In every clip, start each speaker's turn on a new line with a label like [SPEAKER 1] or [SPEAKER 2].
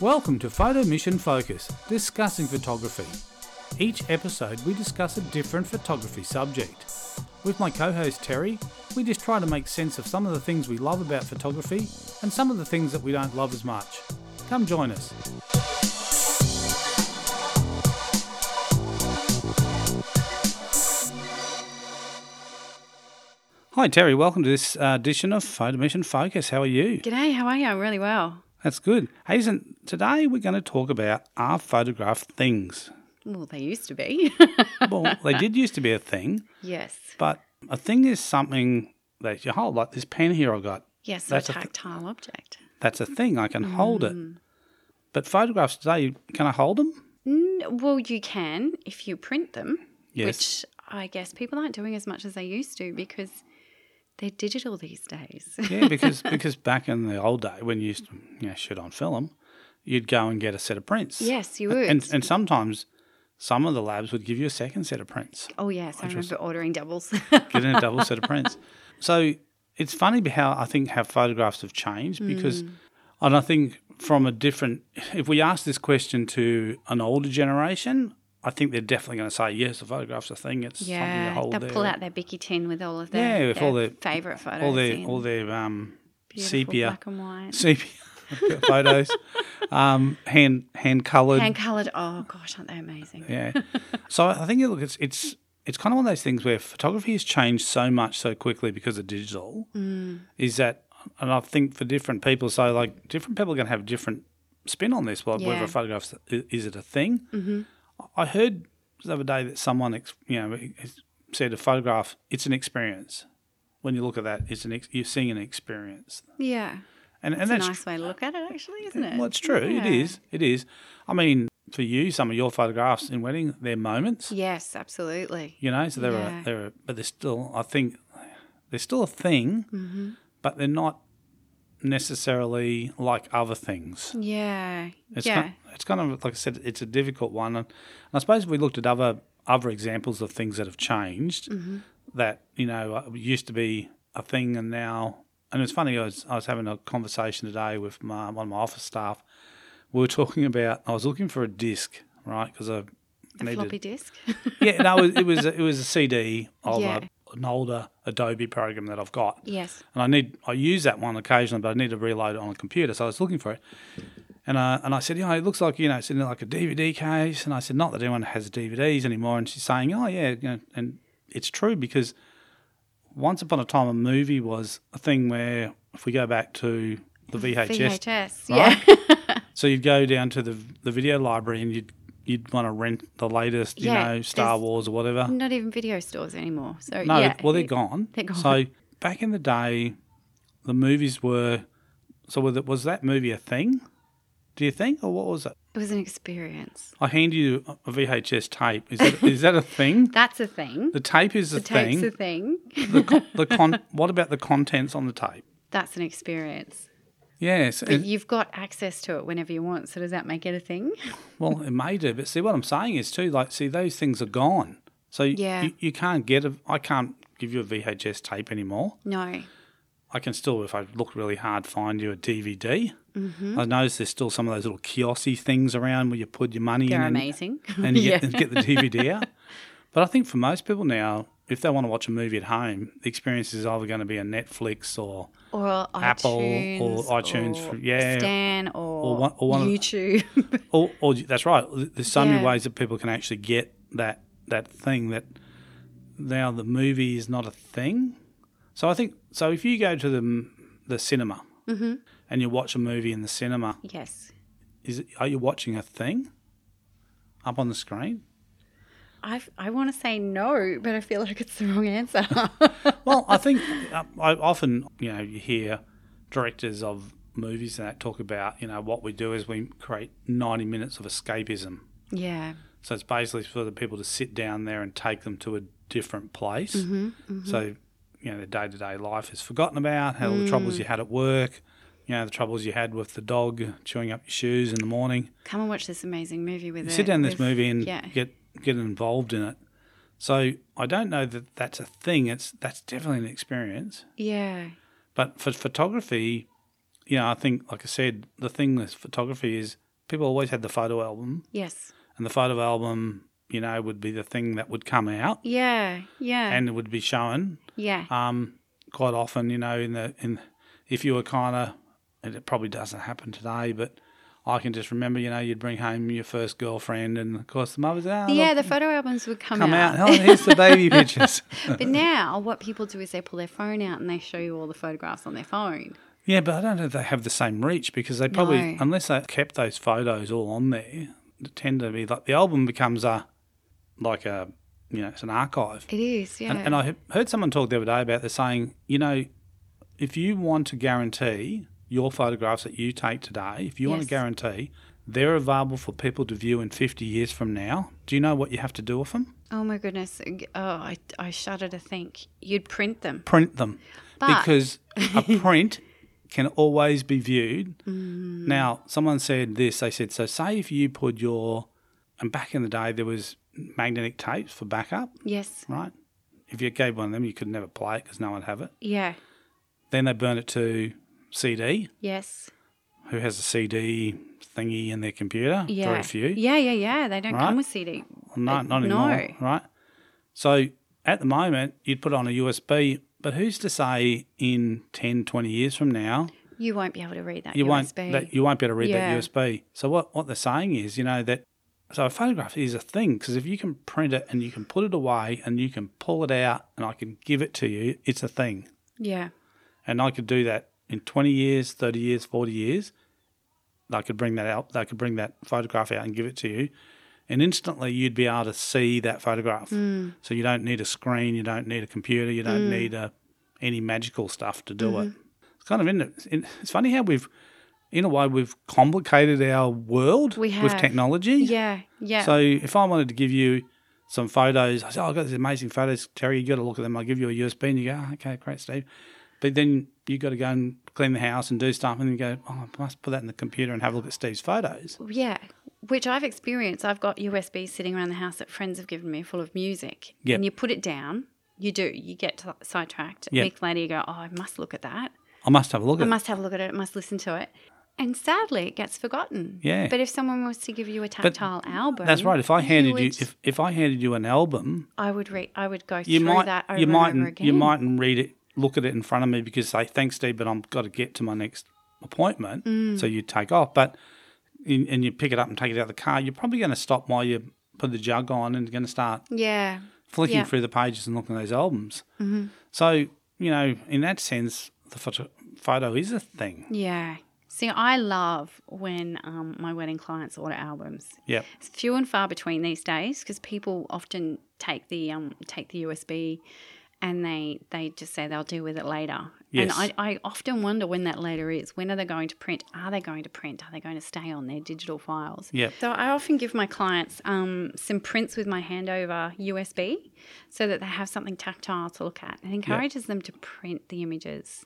[SPEAKER 1] Welcome to Photo Mission Focus, discussing photography. Each episode, we discuss a different photography subject. With my co host Terry, we just try to make sense of some of the things we love about photography and some of the things that we don't love as much. Come join us. Hi, Terry. Welcome to this uh, edition of Photo Mission Focus. How are you?
[SPEAKER 2] G'day, how are you? I'm really well.
[SPEAKER 1] That's good. Hazen, today we're going to talk about are photograph things.
[SPEAKER 2] Well, they used to be.
[SPEAKER 1] Well, they did used to be a thing,
[SPEAKER 2] yes.
[SPEAKER 1] but a thing is something that you hold, like this pen here I've got.
[SPEAKER 2] Yes,
[SPEAKER 1] That's a
[SPEAKER 2] a
[SPEAKER 1] th-
[SPEAKER 2] tactile object.
[SPEAKER 1] That's a thing, I can hold it.
[SPEAKER 2] Mm.
[SPEAKER 1] But photographs today, can I hold them?
[SPEAKER 2] N- well, you can if you print them,
[SPEAKER 1] Yes.
[SPEAKER 2] which I guess people aren't doing as much as they used to because they're digital these days.
[SPEAKER 1] yeah, because because back in the old day when you used to you know, shoot on film, you'd go and get a set of prints.
[SPEAKER 2] yes, you would.
[SPEAKER 1] And, and sometimes some of the labs would give you a second set of prints.
[SPEAKER 2] oh, yes, I remember ordering doubles.
[SPEAKER 1] get in a double set of prints. So it's funny how I think how photographs have changed because,
[SPEAKER 2] Hmm.
[SPEAKER 1] and I think from a different, if we ask this question to an older generation, I think they're definitely going to say, yes, the photograph's a thing. It's something to
[SPEAKER 2] yeah,
[SPEAKER 1] hold
[SPEAKER 2] they'll
[SPEAKER 1] there.
[SPEAKER 2] pull out their bicky tin with all of
[SPEAKER 1] Yeah,
[SPEAKER 2] their,
[SPEAKER 1] with all their-
[SPEAKER 2] favourite photos.
[SPEAKER 1] all their,
[SPEAKER 2] in.
[SPEAKER 1] all their um,
[SPEAKER 2] Beautiful
[SPEAKER 1] sepia,
[SPEAKER 2] Black and white.
[SPEAKER 1] sepia photos, um, hand hand coloured.
[SPEAKER 2] Hand coloured. Oh, gosh, aren't they amazing?
[SPEAKER 1] yeah. So I think look, it's it's it's kind of one of those things where photography has changed so much so quickly because of digital.
[SPEAKER 2] Mm.
[SPEAKER 1] Is that and I think for different people, so like different people are going to have different spin on this. Well, whether
[SPEAKER 2] Yeah.
[SPEAKER 1] a photographs i- is it a thing? Mm-hmm. I heard the other day that someone ex- you know has said a photograph it's an experience. When you look at that, it's an ex- you're seeing an experience,
[SPEAKER 2] Yeah.
[SPEAKER 1] and and
[SPEAKER 2] It's a
[SPEAKER 1] that's
[SPEAKER 2] nice way to look at it, actually, isn't it?
[SPEAKER 1] well, it's true.
[SPEAKER 2] Yeah.
[SPEAKER 1] It is. It is. I mean, for you, some of your photographs in wedding, they're moments.
[SPEAKER 2] Yes, absolutely.
[SPEAKER 1] You know, so they're
[SPEAKER 2] Yeah.
[SPEAKER 1] a, they're a, but they're still. I think they're still a thing,
[SPEAKER 2] Mm-hmm.
[SPEAKER 1] but they're not necessarily like other things.
[SPEAKER 2] Yeah.
[SPEAKER 1] It's
[SPEAKER 2] Mm. yeah.
[SPEAKER 1] Kind, it's kind of like I said. It's a difficult one, and I suppose if we looked at other other examples of things that have changed,
[SPEAKER 2] Mm-hmm.
[SPEAKER 1] that you know uh, used to be a thing, and now. And it's funny. I was I was having a conversation today with my, one of my office staff. We were talking about. I was looking for a disc, right? Because I
[SPEAKER 2] a
[SPEAKER 1] needed
[SPEAKER 2] floppy disk.
[SPEAKER 1] yeah, no, it was it was a CD of
[SPEAKER 2] Yeah.
[SPEAKER 1] a, an older Adobe program that I've got,
[SPEAKER 2] yes.
[SPEAKER 1] and I need I use that one occasionally, but I need to reload it on a computer. So I was looking for it, and I and I said, you know, it looks like you know it's in like a DVD case, and I said, not that anyone has DVDs anymore, and she's saying, oh yeah, you know, and it's true because once upon a time a movie was a thing where if we go back to the VHS
[SPEAKER 2] VHS.
[SPEAKER 1] right?
[SPEAKER 2] Yeah.
[SPEAKER 1] so you'd go down to the the video library and you'd you'd want to rent the latest, you
[SPEAKER 2] Yeah,
[SPEAKER 1] know, Star
[SPEAKER 2] there's-
[SPEAKER 1] Wars or whatever.
[SPEAKER 2] Not even video stores anymore. So
[SPEAKER 1] No,
[SPEAKER 2] yeah.
[SPEAKER 1] well they're gone.
[SPEAKER 2] They're gone.
[SPEAKER 1] So back in the day, the movies were. So was, it, was that movie a thing? Do you think, or what was it?
[SPEAKER 2] It was an experience.
[SPEAKER 1] I hand you a- a VHS tape. Is that is that a thing?
[SPEAKER 2] That's a thing.
[SPEAKER 1] The tape is a
[SPEAKER 2] The tape's
[SPEAKER 1] thing.
[SPEAKER 2] a thing.
[SPEAKER 1] the con- the con- what about the contents on the tape?
[SPEAKER 2] That's an experience.
[SPEAKER 1] Yes,
[SPEAKER 2] But
[SPEAKER 1] it-
[SPEAKER 2] you've got access to it whenever you want. So does that make it a thing?
[SPEAKER 1] well, it may do, but see what I'm saying is too. Like, see, those things are gone. So
[SPEAKER 2] Yeah.
[SPEAKER 1] you, you can't get a. I can't give you a VHS tape anymore.
[SPEAKER 2] No.
[SPEAKER 1] I can still, if I look really hard, find you a DVD. I noticed there's still some of those little kiosky things around where you put your money
[SPEAKER 2] They're
[SPEAKER 1] in and-
[SPEAKER 2] amazing.
[SPEAKER 1] and, you get, get the DVD out. But I think for most people now, if they want to watch a movie at home, the experience is either going to be a Netflix or
[SPEAKER 2] Or
[SPEAKER 1] Apple or
[SPEAKER 2] iTunes.
[SPEAKER 1] iTunes
[SPEAKER 2] or
[SPEAKER 1] for- yeah.
[SPEAKER 2] Stan or,
[SPEAKER 1] Or one- or one of-
[SPEAKER 2] YouTube.
[SPEAKER 1] or, or that's right. There's so many
[SPEAKER 2] Yeah.
[SPEAKER 1] ways that people can actually get that that thing that now the movie is not a thing. So I think so. If you go to the m- the cinema and you watch a movie in the cinema,
[SPEAKER 2] yes.
[SPEAKER 1] is it, are you watching a thing up on the screen?
[SPEAKER 2] I've, I want to say no, but I feel like it's the wrong answer.
[SPEAKER 1] Well, I think uh, I often you know you hear directors of movies and that talk about you know what we do is we create ninety minutes of escapism.
[SPEAKER 2] yeah.
[SPEAKER 1] So it's basically for the people to sit down there and take them to a different place. So, you know, their day to day life is forgotten about, how all the troubles you had at work, you know, the troubles you had with the dog chewing up your shoes in the morning.
[SPEAKER 2] Come and watch this amazing movie with it.
[SPEAKER 1] sit down in this
[SPEAKER 2] with-
[SPEAKER 1] movie and
[SPEAKER 2] yeah.
[SPEAKER 1] get get involved in it. So I don't know that that's a thing. It's that's definitely an experience.
[SPEAKER 2] Yeah.
[SPEAKER 1] But for photography, you know, I think, like I said, the thing with photography is people always had the photo album,
[SPEAKER 2] Yes.
[SPEAKER 1] and the photo album, you know, would be the thing that would come out
[SPEAKER 2] Yeah. Yeah.
[SPEAKER 1] and it would be shown.
[SPEAKER 2] yeah.
[SPEAKER 1] Um, quite often, you know, in the in if you were kind of, and it probably doesn't happen today, but I can just remember, you know, you'd bring home your first girlfriend, and of course the mother's out.
[SPEAKER 2] yeah, the photo albums would come,
[SPEAKER 1] Come out.
[SPEAKER 2] out.
[SPEAKER 1] Oh, here's the baby pictures.
[SPEAKER 2] but now, what people do is they pull their phone out and they show you all the photographs on their phone.
[SPEAKER 1] Yeah, but I don't know if they have the same reach because they probably,
[SPEAKER 2] No.
[SPEAKER 1] unless they kept those photos all on there, they tend to be like the album becomes a, like a, you know, it's an archive.
[SPEAKER 2] It is, yeah.
[SPEAKER 1] And, and I he- heard someone talk the other day about this saying, you know, if you want to guarantee your photographs that you take today, if you want to
[SPEAKER 2] Yes.
[SPEAKER 1] guarantee they're available for people to view in 50 years from now, do you know what you have to do with them?
[SPEAKER 2] oh my goodness. Oh, I, I shudder to think you'd print them.
[SPEAKER 1] Print them.
[SPEAKER 2] But-
[SPEAKER 1] because a print can always be viewed.
[SPEAKER 2] Mm.
[SPEAKER 1] Now, someone said this. They said, so say if you put your, and back in the day, there was magnetic tapes for backup,
[SPEAKER 2] Yes.
[SPEAKER 1] right? If you gave one of them, you could never play it because no one would have it.
[SPEAKER 2] Yeah.
[SPEAKER 1] Then they burn it to CD.
[SPEAKER 2] Yes.
[SPEAKER 1] Who has a CD thingy in their computer?
[SPEAKER 2] Yeah.
[SPEAKER 1] Very few.
[SPEAKER 2] Yeah, yeah, yeah. They don't
[SPEAKER 1] Right?
[SPEAKER 2] come with CD.
[SPEAKER 1] Not, not
[SPEAKER 2] No.
[SPEAKER 1] anymore. Right. So at the moment, you'd put it on a USB, but who's to say in 10, 20 years from now,
[SPEAKER 2] You won't be able to read that
[SPEAKER 1] you
[SPEAKER 2] USB.
[SPEAKER 1] won't that, you won't be able to read
[SPEAKER 2] Yeah.
[SPEAKER 1] that USB. So what what they're saying is, you know, that so a photograph is a thing because if you can print it and you can put it away and you can pull it out and I can give it to you, it's a thing.
[SPEAKER 2] yeah.
[SPEAKER 1] And I could do that in 20 years, 30 years, 40 years. They could bring that out. They could bring that photograph out and give it to you. And instantly you'd be able to see that photograph.
[SPEAKER 2] Hmm.
[SPEAKER 1] So you don't need a screen, you don't need a computer, you don't need a, any magical stuff to do
[SPEAKER 2] Mm-hmm.
[SPEAKER 1] it. It's kind of in, in, it's funny how we've, in a way, we've complicated our world
[SPEAKER 2] We
[SPEAKER 1] with
[SPEAKER 2] have.
[SPEAKER 1] technology.
[SPEAKER 2] Yeah. Yeah.
[SPEAKER 1] So if I wanted to give you some photos, I say, oh, I've got these amazing photos, Terry, you got to look at them. I'll give you a USB and you go, oh, okay, great, Steve. But then you got to go and clean the house and do stuff and then you go, oh, I must put that in the computer and have a look at Steve's photos.
[SPEAKER 2] yeah. Which I've experienced. I've got USB sitting around the house that friends have given me full of music.
[SPEAKER 1] Yep.
[SPEAKER 2] And you put it down. You do. You get to, sidetracked.
[SPEAKER 1] Yep.
[SPEAKER 2] A week later, you go, oh, I must look at that.
[SPEAKER 1] I must have a look
[SPEAKER 2] I
[SPEAKER 1] at
[SPEAKER 2] must have a look at it. I must listen to it. And sadly, it gets forgotten.
[SPEAKER 1] Yeah.
[SPEAKER 2] But if someone was to give you a tactile album,
[SPEAKER 1] it. That's right. If I handed you,
[SPEAKER 2] would-
[SPEAKER 1] if, if I handed you an album,
[SPEAKER 2] I would read. I would go
[SPEAKER 1] you
[SPEAKER 2] through
[SPEAKER 1] might
[SPEAKER 2] that over
[SPEAKER 1] you
[SPEAKER 2] and
[SPEAKER 1] mightn't
[SPEAKER 2] over again.
[SPEAKER 1] you mightn't read it, look at it in front of me because say thanks, Steve, but I've got to get to my next appointment. So
[SPEAKER 2] Mm.
[SPEAKER 1] you take off, but in, and you pick it up and take it out of the car. You're probably going to stop while you put the jug on and going to start
[SPEAKER 2] Yeah.
[SPEAKER 1] flicking
[SPEAKER 2] Yeah. Mm-hmm.
[SPEAKER 1] through the pages and looking at those albums. So you know, in that sense, the photo, photo is a thing.
[SPEAKER 2] Yeah. See, I love when um, my wedding clients order albums.
[SPEAKER 1] Yep.
[SPEAKER 2] It's few and far between these days because people often take the um, take the USB and they they just say they'll deal with it later.
[SPEAKER 1] Yes.
[SPEAKER 2] And I, I often wonder when that later is. When are they going to print? Are they going to print? Are they going to stay on their digital files?
[SPEAKER 1] Yep.
[SPEAKER 2] So I often give my clients um, some prints with my handover USB so that they have something tactile to look at. It encourages them to print the images,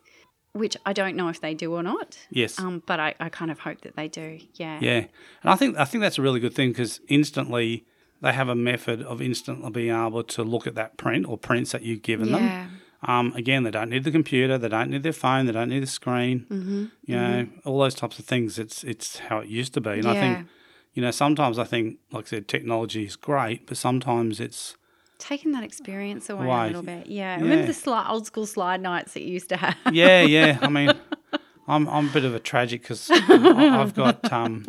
[SPEAKER 2] which I don't know if they do or not.
[SPEAKER 1] Yes.
[SPEAKER 2] Um, but I, I kind of hope that they do. Yeah.
[SPEAKER 1] Yeah, and I think I think that's a really good thing because instantly they have a method of instantly being able to look at that print or prints that you've given
[SPEAKER 2] Yeah.
[SPEAKER 1] them. Um, again, they don't need the computer, they don't need their phone, they don't need the screen. Mm-hmm. You know, all those types of things. It's it's how it used to be, and I
[SPEAKER 2] Yeah.
[SPEAKER 1] think you know sometimes I think, like I said, technology is great, but sometimes it's
[SPEAKER 2] Taking that experience away
[SPEAKER 1] Why?
[SPEAKER 2] a little bit. Yeah. Remember
[SPEAKER 1] Yeah.
[SPEAKER 2] the sli- old school slide nights that you used to have?
[SPEAKER 1] yeah, yeah. I mean, I'm I'm a bit of a tragic because I've got um,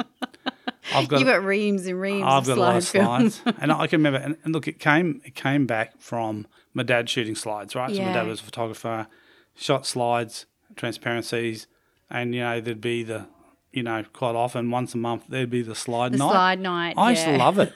[SPEAKER 1] I've got
[SPEAKER 2] You've got reams and reams
[SPEAKER 1] I've
[SPEAKER 2] of
[SPEAKER 1] got
[SPEAKER 2] slide
[SPEAKER 1] a lot of
[SPEAKER 2] film.
[SPEAKER 1] slides, and I can remember. And, and look, it came it came back from my dad shooting slides, right? So my
[SPEAKER 2] Yeah.
[SPEAKER 1] dad was a photographer, shot slides, transparencies, and you know there'd be the, you know, quite often once a month there'd be the slide
[SPEAKER 2] The
[SPEAKER 1] night.
[SPEAKER 2] slide night.
[SPEAKER 1] I used to
[SPEAKER 2] yeah.
[SPEAKER 1] love it.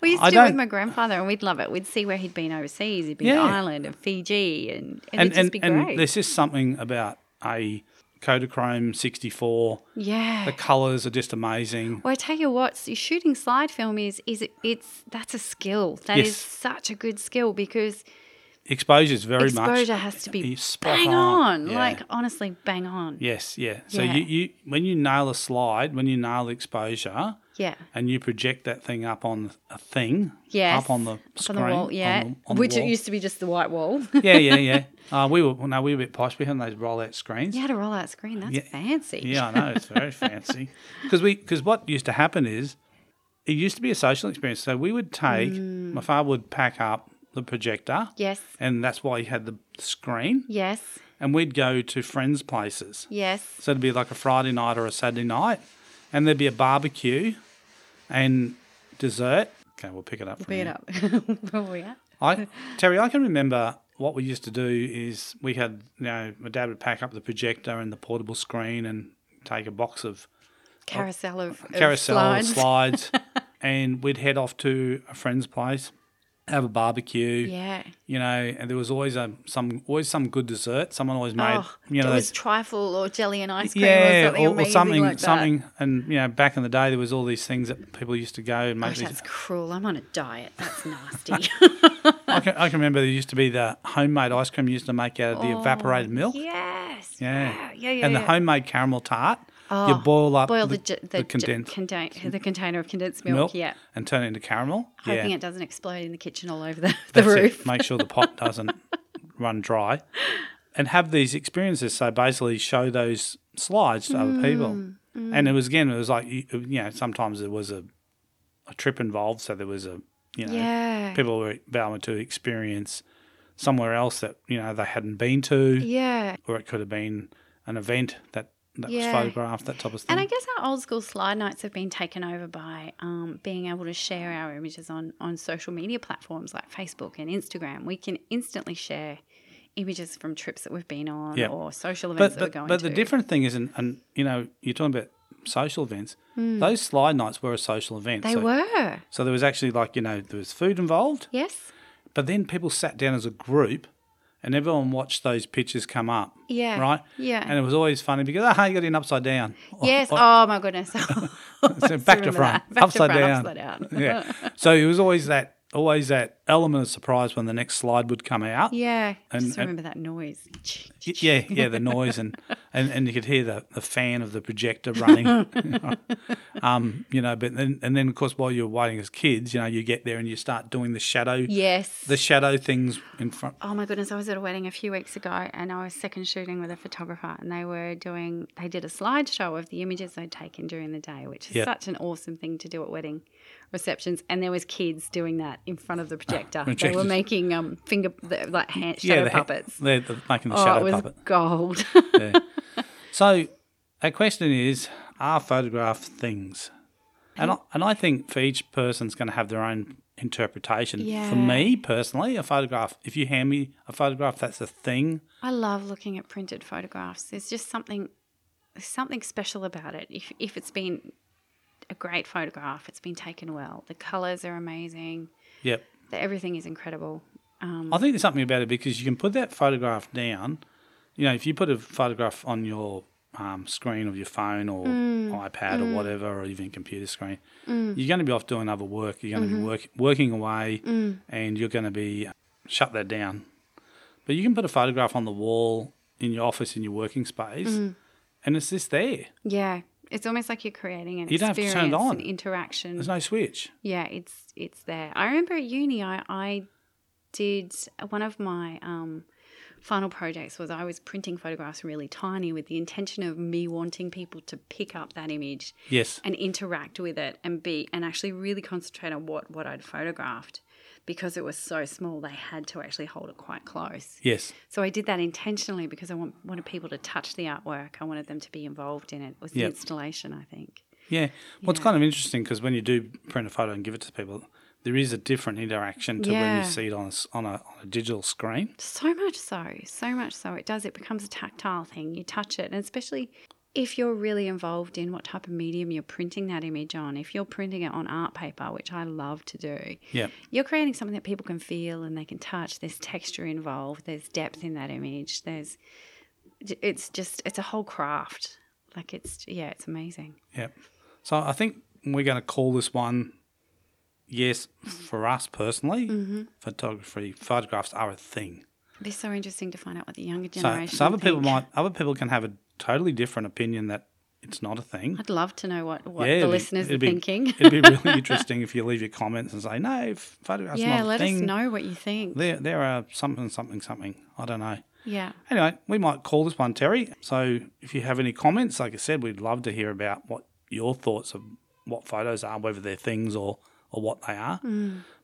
[SPEAKER 2] We used
[SPEAKER 1] I
[SPEAKER 2] to do it with
[SPEAKER 1] don't-
[SPEAKER 2] my grandfather, and we'd love it. We'd see where he'd been overseas. He'd been
[SPEAKER 1] Yeah.
[SPEAKER 2] to Ireland and Fiji, and,
[SPEAKER 1] and
[SPEAKER 2] and, it'd just
[SPEAKER 1] and,
[SPEAKER 2] be
[SPEAKER 1] and
[SPEAKER 2] great.
[SPEAKER 1] there's just something about a Kodachrome 64.
[SPEAKER 2] yeah.
[SPEAKER 1] The colours are just amazing.
[SPEAKER 2] Well, I tell you what, s- shooting slide film is is it, it's that's a skill. That is
[SPEAKER 1] Yes.
[SPEAKER 2] such a good skill because
[SPEAKER 1] Exposure is very much
[SPEAKER 2] exposure has to be
[SPEAKER 1] It's spot on.
[SPEAKER 2] bang on.
[SPEAKER 1] Yeah.
[SPEAKER 2] Like honestly, bang on.
[SPEAKER 1] Yes, yeah. So
[SPEAKER 2] Yeah.
[SPEAKER 1] You, you when you nail a slide, when you nail exposure,
[SPEAKER 2] Yeah.
[SPEAKER 1] and you project that thing up on a thing,
[SPEAKER 2] Yes.
[SPEAKER 1] up on the
[SPEAKER 2] On
[SPEAKER 1] screen,
[SPEAKER 2] the wall,
[SPEAKER 1] on
[SPEAKER 2] yeah.
[SPEAKER 1] the- on the
[SPEAKER 2] Which it
[SPEAKER 1] wall.
[SPEAKER 2] used to be just the white wall.
[SPEAKER 1] yeah, yeah, yeah. Uh, we were well, no, we were a bit posh. We had those rollout screens.
[SPEAKER 2] you had a rollout screen. That's
[SPEAKER 1] Yeah.
[SPEAKER 2] fancy.
[SPEAKER 1] Yeah, I know. It's very fancy. Because we, because what used to happen is, it used to be a social experience. So we would take
[SPEAKER 2] Mm.
[SPEAKER 1] my father would pack up the projector,
[SPEAKER 2] Yes.
[SPEAKER 1] and that's why he had the screen.
[SPEAKER 2] Yes.
[SPEAKER 1] And we'd go to friends' places.
[SPEAKER 2] Yes.
[SPEAKER 1] So it'd be like a Friday night or a Saturday night, and there'd be a barbecue, and dessert. Okay, we'll pick it up. From
[SPEAKER 2] Beat
[SPEAKER 1] here.
[SPEAKER 2] up. oh, yeah.
[SPEAKER 1] I Terry, I can remember what we used to do is we had you know my dad would pack up the projector and the portable screen and take a box of
[SPEAKER 2] Carousel of, of
[SPEAKER 1] carousel
[SPEAKER 2] slides.
[SPEAKER 1] slides, and we'd head off to a friend's place, have a barbecue.
[SPEAKER 2] Yeah.
[SPEAKER 1] You know, and there was always a some always some good dessert. Someone always made
[SPEAKER 2] oh,
[SPEAKER 1] you know
[SPEAKER 2] it
[SPEAKER 1] those
[SPEAKER 2] was trifle or jelly and ice cream or
[SPEAKER 1] yeah,
[SPEAKER 2] something amazing
[SPEAKER 1] something,
[SPEAKER 2] like that.
[SPEAKER 1] something, and you know, back in the day, there was all these things that people used to go and make
[SPEAKER 2] Gosh,
[SPEAKER 1] these
[SPEAKER 2] Oh, that's cruel. I'm on a diet. That's nasty.
[SPEAKER 1] I can, I can remember there used to be the homemade ice cream you used to make out of the
[SPEAKER 2] Oh,
[SPEAKER 1] evaporated milk.
[SPEAKER 2] yes.
[SPEAKER 1] Yeah.
[SPEAKER 2] Wow. Ah, Yeah. Yeah.
[SPEAKER 1] and the
[SPEAKER 2] yeah. Oh,
[SPEAKER 1] homemade caramel tart, you boil up
[SPEAKER 2] boil the
[SPEAKER 1] the,
[SPEAKER 2] j-
[SPEAKER 1] the
[SPEAKER 2] the, j-
[SPEAKER 1] condensed
[SPEAKER 2] contain- the container of condensed milk.
[SPEAKER 1] milk
[SPEAKER 2] Yeah.
[SPEAKER 1] and turn it into caramel.
[SPEAKER 2] Hoping
[SPEAKER 1] yeah,
[SPEAKER 2] it doesn't explode in the kitchen all over the, the
[SPEAKER 1] that's
[SPEAKER 2] roof.
[SPEAKER 1] it. Make sure the pot doesn't run dry, and have these experiences. So basically, show those slides to other people.
[SPEAKER 2] Mm,
[SPEAKER 1] And it was again, it was like you, you know, sometimes there was a a trip involved, so there was a you know
[SPEAKER 2] Yeah.
[SPEAKER 1] people were able to experience somewhere else that you know they hadn't been to,
[SPEAKER 2] Yeah.
[SPEAKER 1] or it could have been an event that that
[SPEAKER 2] Yeah.
[SPEAKER 1] was photographed, that type of thing.
[SPEAKER 2] And I guess our old school slide nights have been taken over by um, being able to share our images on, on social media platforms like Facebook and Instagram. We can instantly share images from trips that we've been on
[SPEAKER 1] Yeah.
[SPEAKER 2] or social
[SPEAKER 1] but
[SPEAKER 2] events that we're
[SPEAKER 1] but,
[SPEAKER 2] going
[SPEAKER 1] but
[SPEAKER 2] to.
[SPEAKER 1] the different thing is, and, and you know, you're talking about social events. Those slide nights were a social event.
[SPEAKER 2] Hmm. they
[SPEAKER 1] so,
[SPEAKER 2] were.
[SPEAKER 1] so there was actually like you know there was food involved,
[SPEAKER 2] Yes.
[SPEAKER 1] but then people sat down as a group, and everyone watched those pictures come up.
[SPEAKER 2] Yeah.
[SPEAKER 1] Right.
[SPEAKER 2] Yeah.
[SPEAKER 1] And it was always funny because ah, you got in upside down. Or-
[SPEAKER 2] yes.
[SPEAKER 1] or-
[SPEAKER 2] oh my goodness.
[SPEAKER 1] so back to front,
[SPEAKER 2] remember that. Back to
[SPEAKER 1] upside
[SPEAKER 2] front,
[SPEAKER 1] down.
[SPEAKER 2] upside down.
[SPEAKER 1] yeah. So it was always that always that element of surprise when the next slide would come out.
[SPEAKER 2] yeah.
[SPEAKER 1] And-
[SPEAKER 2] Just
[SPEAKER 1] and-
[SPEAKER 2] remember that noise.
[SPEAKER 1] Y- Yeah, yeah, the noise and, and, and you could hear the, the fan of the projector running. um, you know, but then and then of course while you're waiting as kids, you know, you get there and you start doing the shadow
[SPEAKER 2] Yes.
[SPEAKER 1] the shadow things in front.
[SPEAKER 2] Oh my goodness, I was at a wedding a few weeks ago and I was second shooting with a photographer and they were doing they did a slideshow of the images they'd taken during the day, which is
[SPEAKER 1] Yeah.
[SPEAKER 2] such an awesome thing to do at wedding receptions. And there was kids doing that in front of the projector. they were
[SPEAKER 1] projectors.
[SPEAKER 2] making um finger the, like hand shadow
[SPEAKER 1] yeah, the ha-
[SPEAKER 2] puppets.
[SPEAKER 1] They're the- making the
[SPEAKER 2] oh, it
[SPEAKER 1] shadow
[SPEAKER 2] was
[SPEAKER 1] puppet.
[SPEAKER 2] gold.
[SPEAKER 1] Yeah. so our question is, are photographs things? And I, and I think for each person's going to have their own interpretation.
[SPEAKER 2] Yeah.
[SPEAKER 1] For me personally, a photograph, if you hand me a photograph, that's a thing.
[SPEAKER 2] I love looking at printed photographs. There's just something something special about it. If if it's been a great photograph, it's been taken well. The colours are amazing.
[SPEAKER 1] Yep.
[SPEAKER 2] The, everything is incredible.
[SPEAKER 1] I think there's something about it because you can put that photograph down. You know, if you put a photograph on your um, screen of your phone or iPad or whatever, or even computer screen, you're going to be off doing other work. You're going to be work, working away and you're going to be uh, shut that down. But you can put a photograph on the wall in your office, in your working space, and it's just there.
[SPEAKER 2] Yeah, it's almost like you're creating an
[SPEAKER 1] You don't have to
[SPEAKER 2] experience,
[SPEAKER 1] turn it on.
[SPEAKER 2] an interaction.
[SPEAKER 1] There's no switch.
[SPEAKER 2] yeah, it's it's there. I remember at uni, I, I did one of my um, final projects was I was printing photographs really tiny with the intention of me wanting people to pick up that image
[SPEAKER 1] Yes.
[SPEAKER 2] and interact with it and be and actually really concentrate on what what I'd photographed because it was so small they had to actually hold it quite close.
[SPEAKER 1] Yes.
[SPEAKER 2] So I did that intentionally because I want, wanted people to touch the artwork. I wanted them to be involved in it. It was the
[SPEAKER 1] Yep.
[SPEAKER 2] installation, I think.
[SPEAKER 1] Yeah. Well, it's kind of interesting because when you do print a photo and give it to people, there is a different interaction to when
[SPEAKER 2] Yeah.
[SPEAKER 1] you see it on a, s- on a, on a digital screen.
[SPEAKER 2] So much so, so much so. It does. It becomes a tactile thing. You touch it, and especially if you're really involved in what type of medium you're printing that image on. If you're printing it on art paper, which I love to do,
[SPEAKER 1] Yeah.
[SPEAKER 2] you're creating something that people can feel and they can touch. There's texture involved. There's depth in that image. There's. It's just. It's a whole craft. Like it's. Yeah, it's amazing.
[SPEAKER 1] Yeah. So I think we're going to call this one, yes, for us personally,
[SPEAKER 2] Mm-hmm.
[SPEAKER 1] photography, photographs are a thing.
[SPEAKER 2] It'd be so interesting to find out what the younger
[SPEAKER 1] So,
[SPEAKER 2] generation.
[SPEAKER 1] so other people
[SPEAKER 2] think.
[SPEAKER 1] might, other people can have a totally different opinion that It's not a thing.
[SPEAKER 2] I'd love to know what, what
[SPEAKER 1] Yeah,
[SPEAKER 2] the
[SPEAKER 1] it'd be-
[SPEAKER 2] listeners are
[SPEAKER 1] it'd be-
[SPEAKER 2] thinking.
[SPEAKER 1] It'd be really interesting if you leave your comments and say, no, photographs
[SPEAKER 2] yeah,
[SPEAKER 1] not a
[SPEAKER 2] let
[SPEAKER 1] thing.
[SPEAKER 2] us know what you think.
[SPEAKER 1] There, there are something, something, something. I don't know.
[SPEAKER 2] Yeah.
[SPEAKER 1] Anyway, we might call this one Terry. So if you have any comments, like I said, we'd love to hear about what your thoughts of what photos are, whether they're things or or what they are.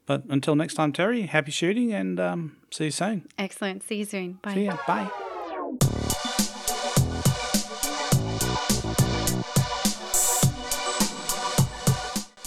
[SPEAKER 1] But until next time, Terry, happy shooting and um, see you soon.
[SPEAKER 2] Excellent. See you soon. Bye.
[SPEAKER 1] See ya. Bye.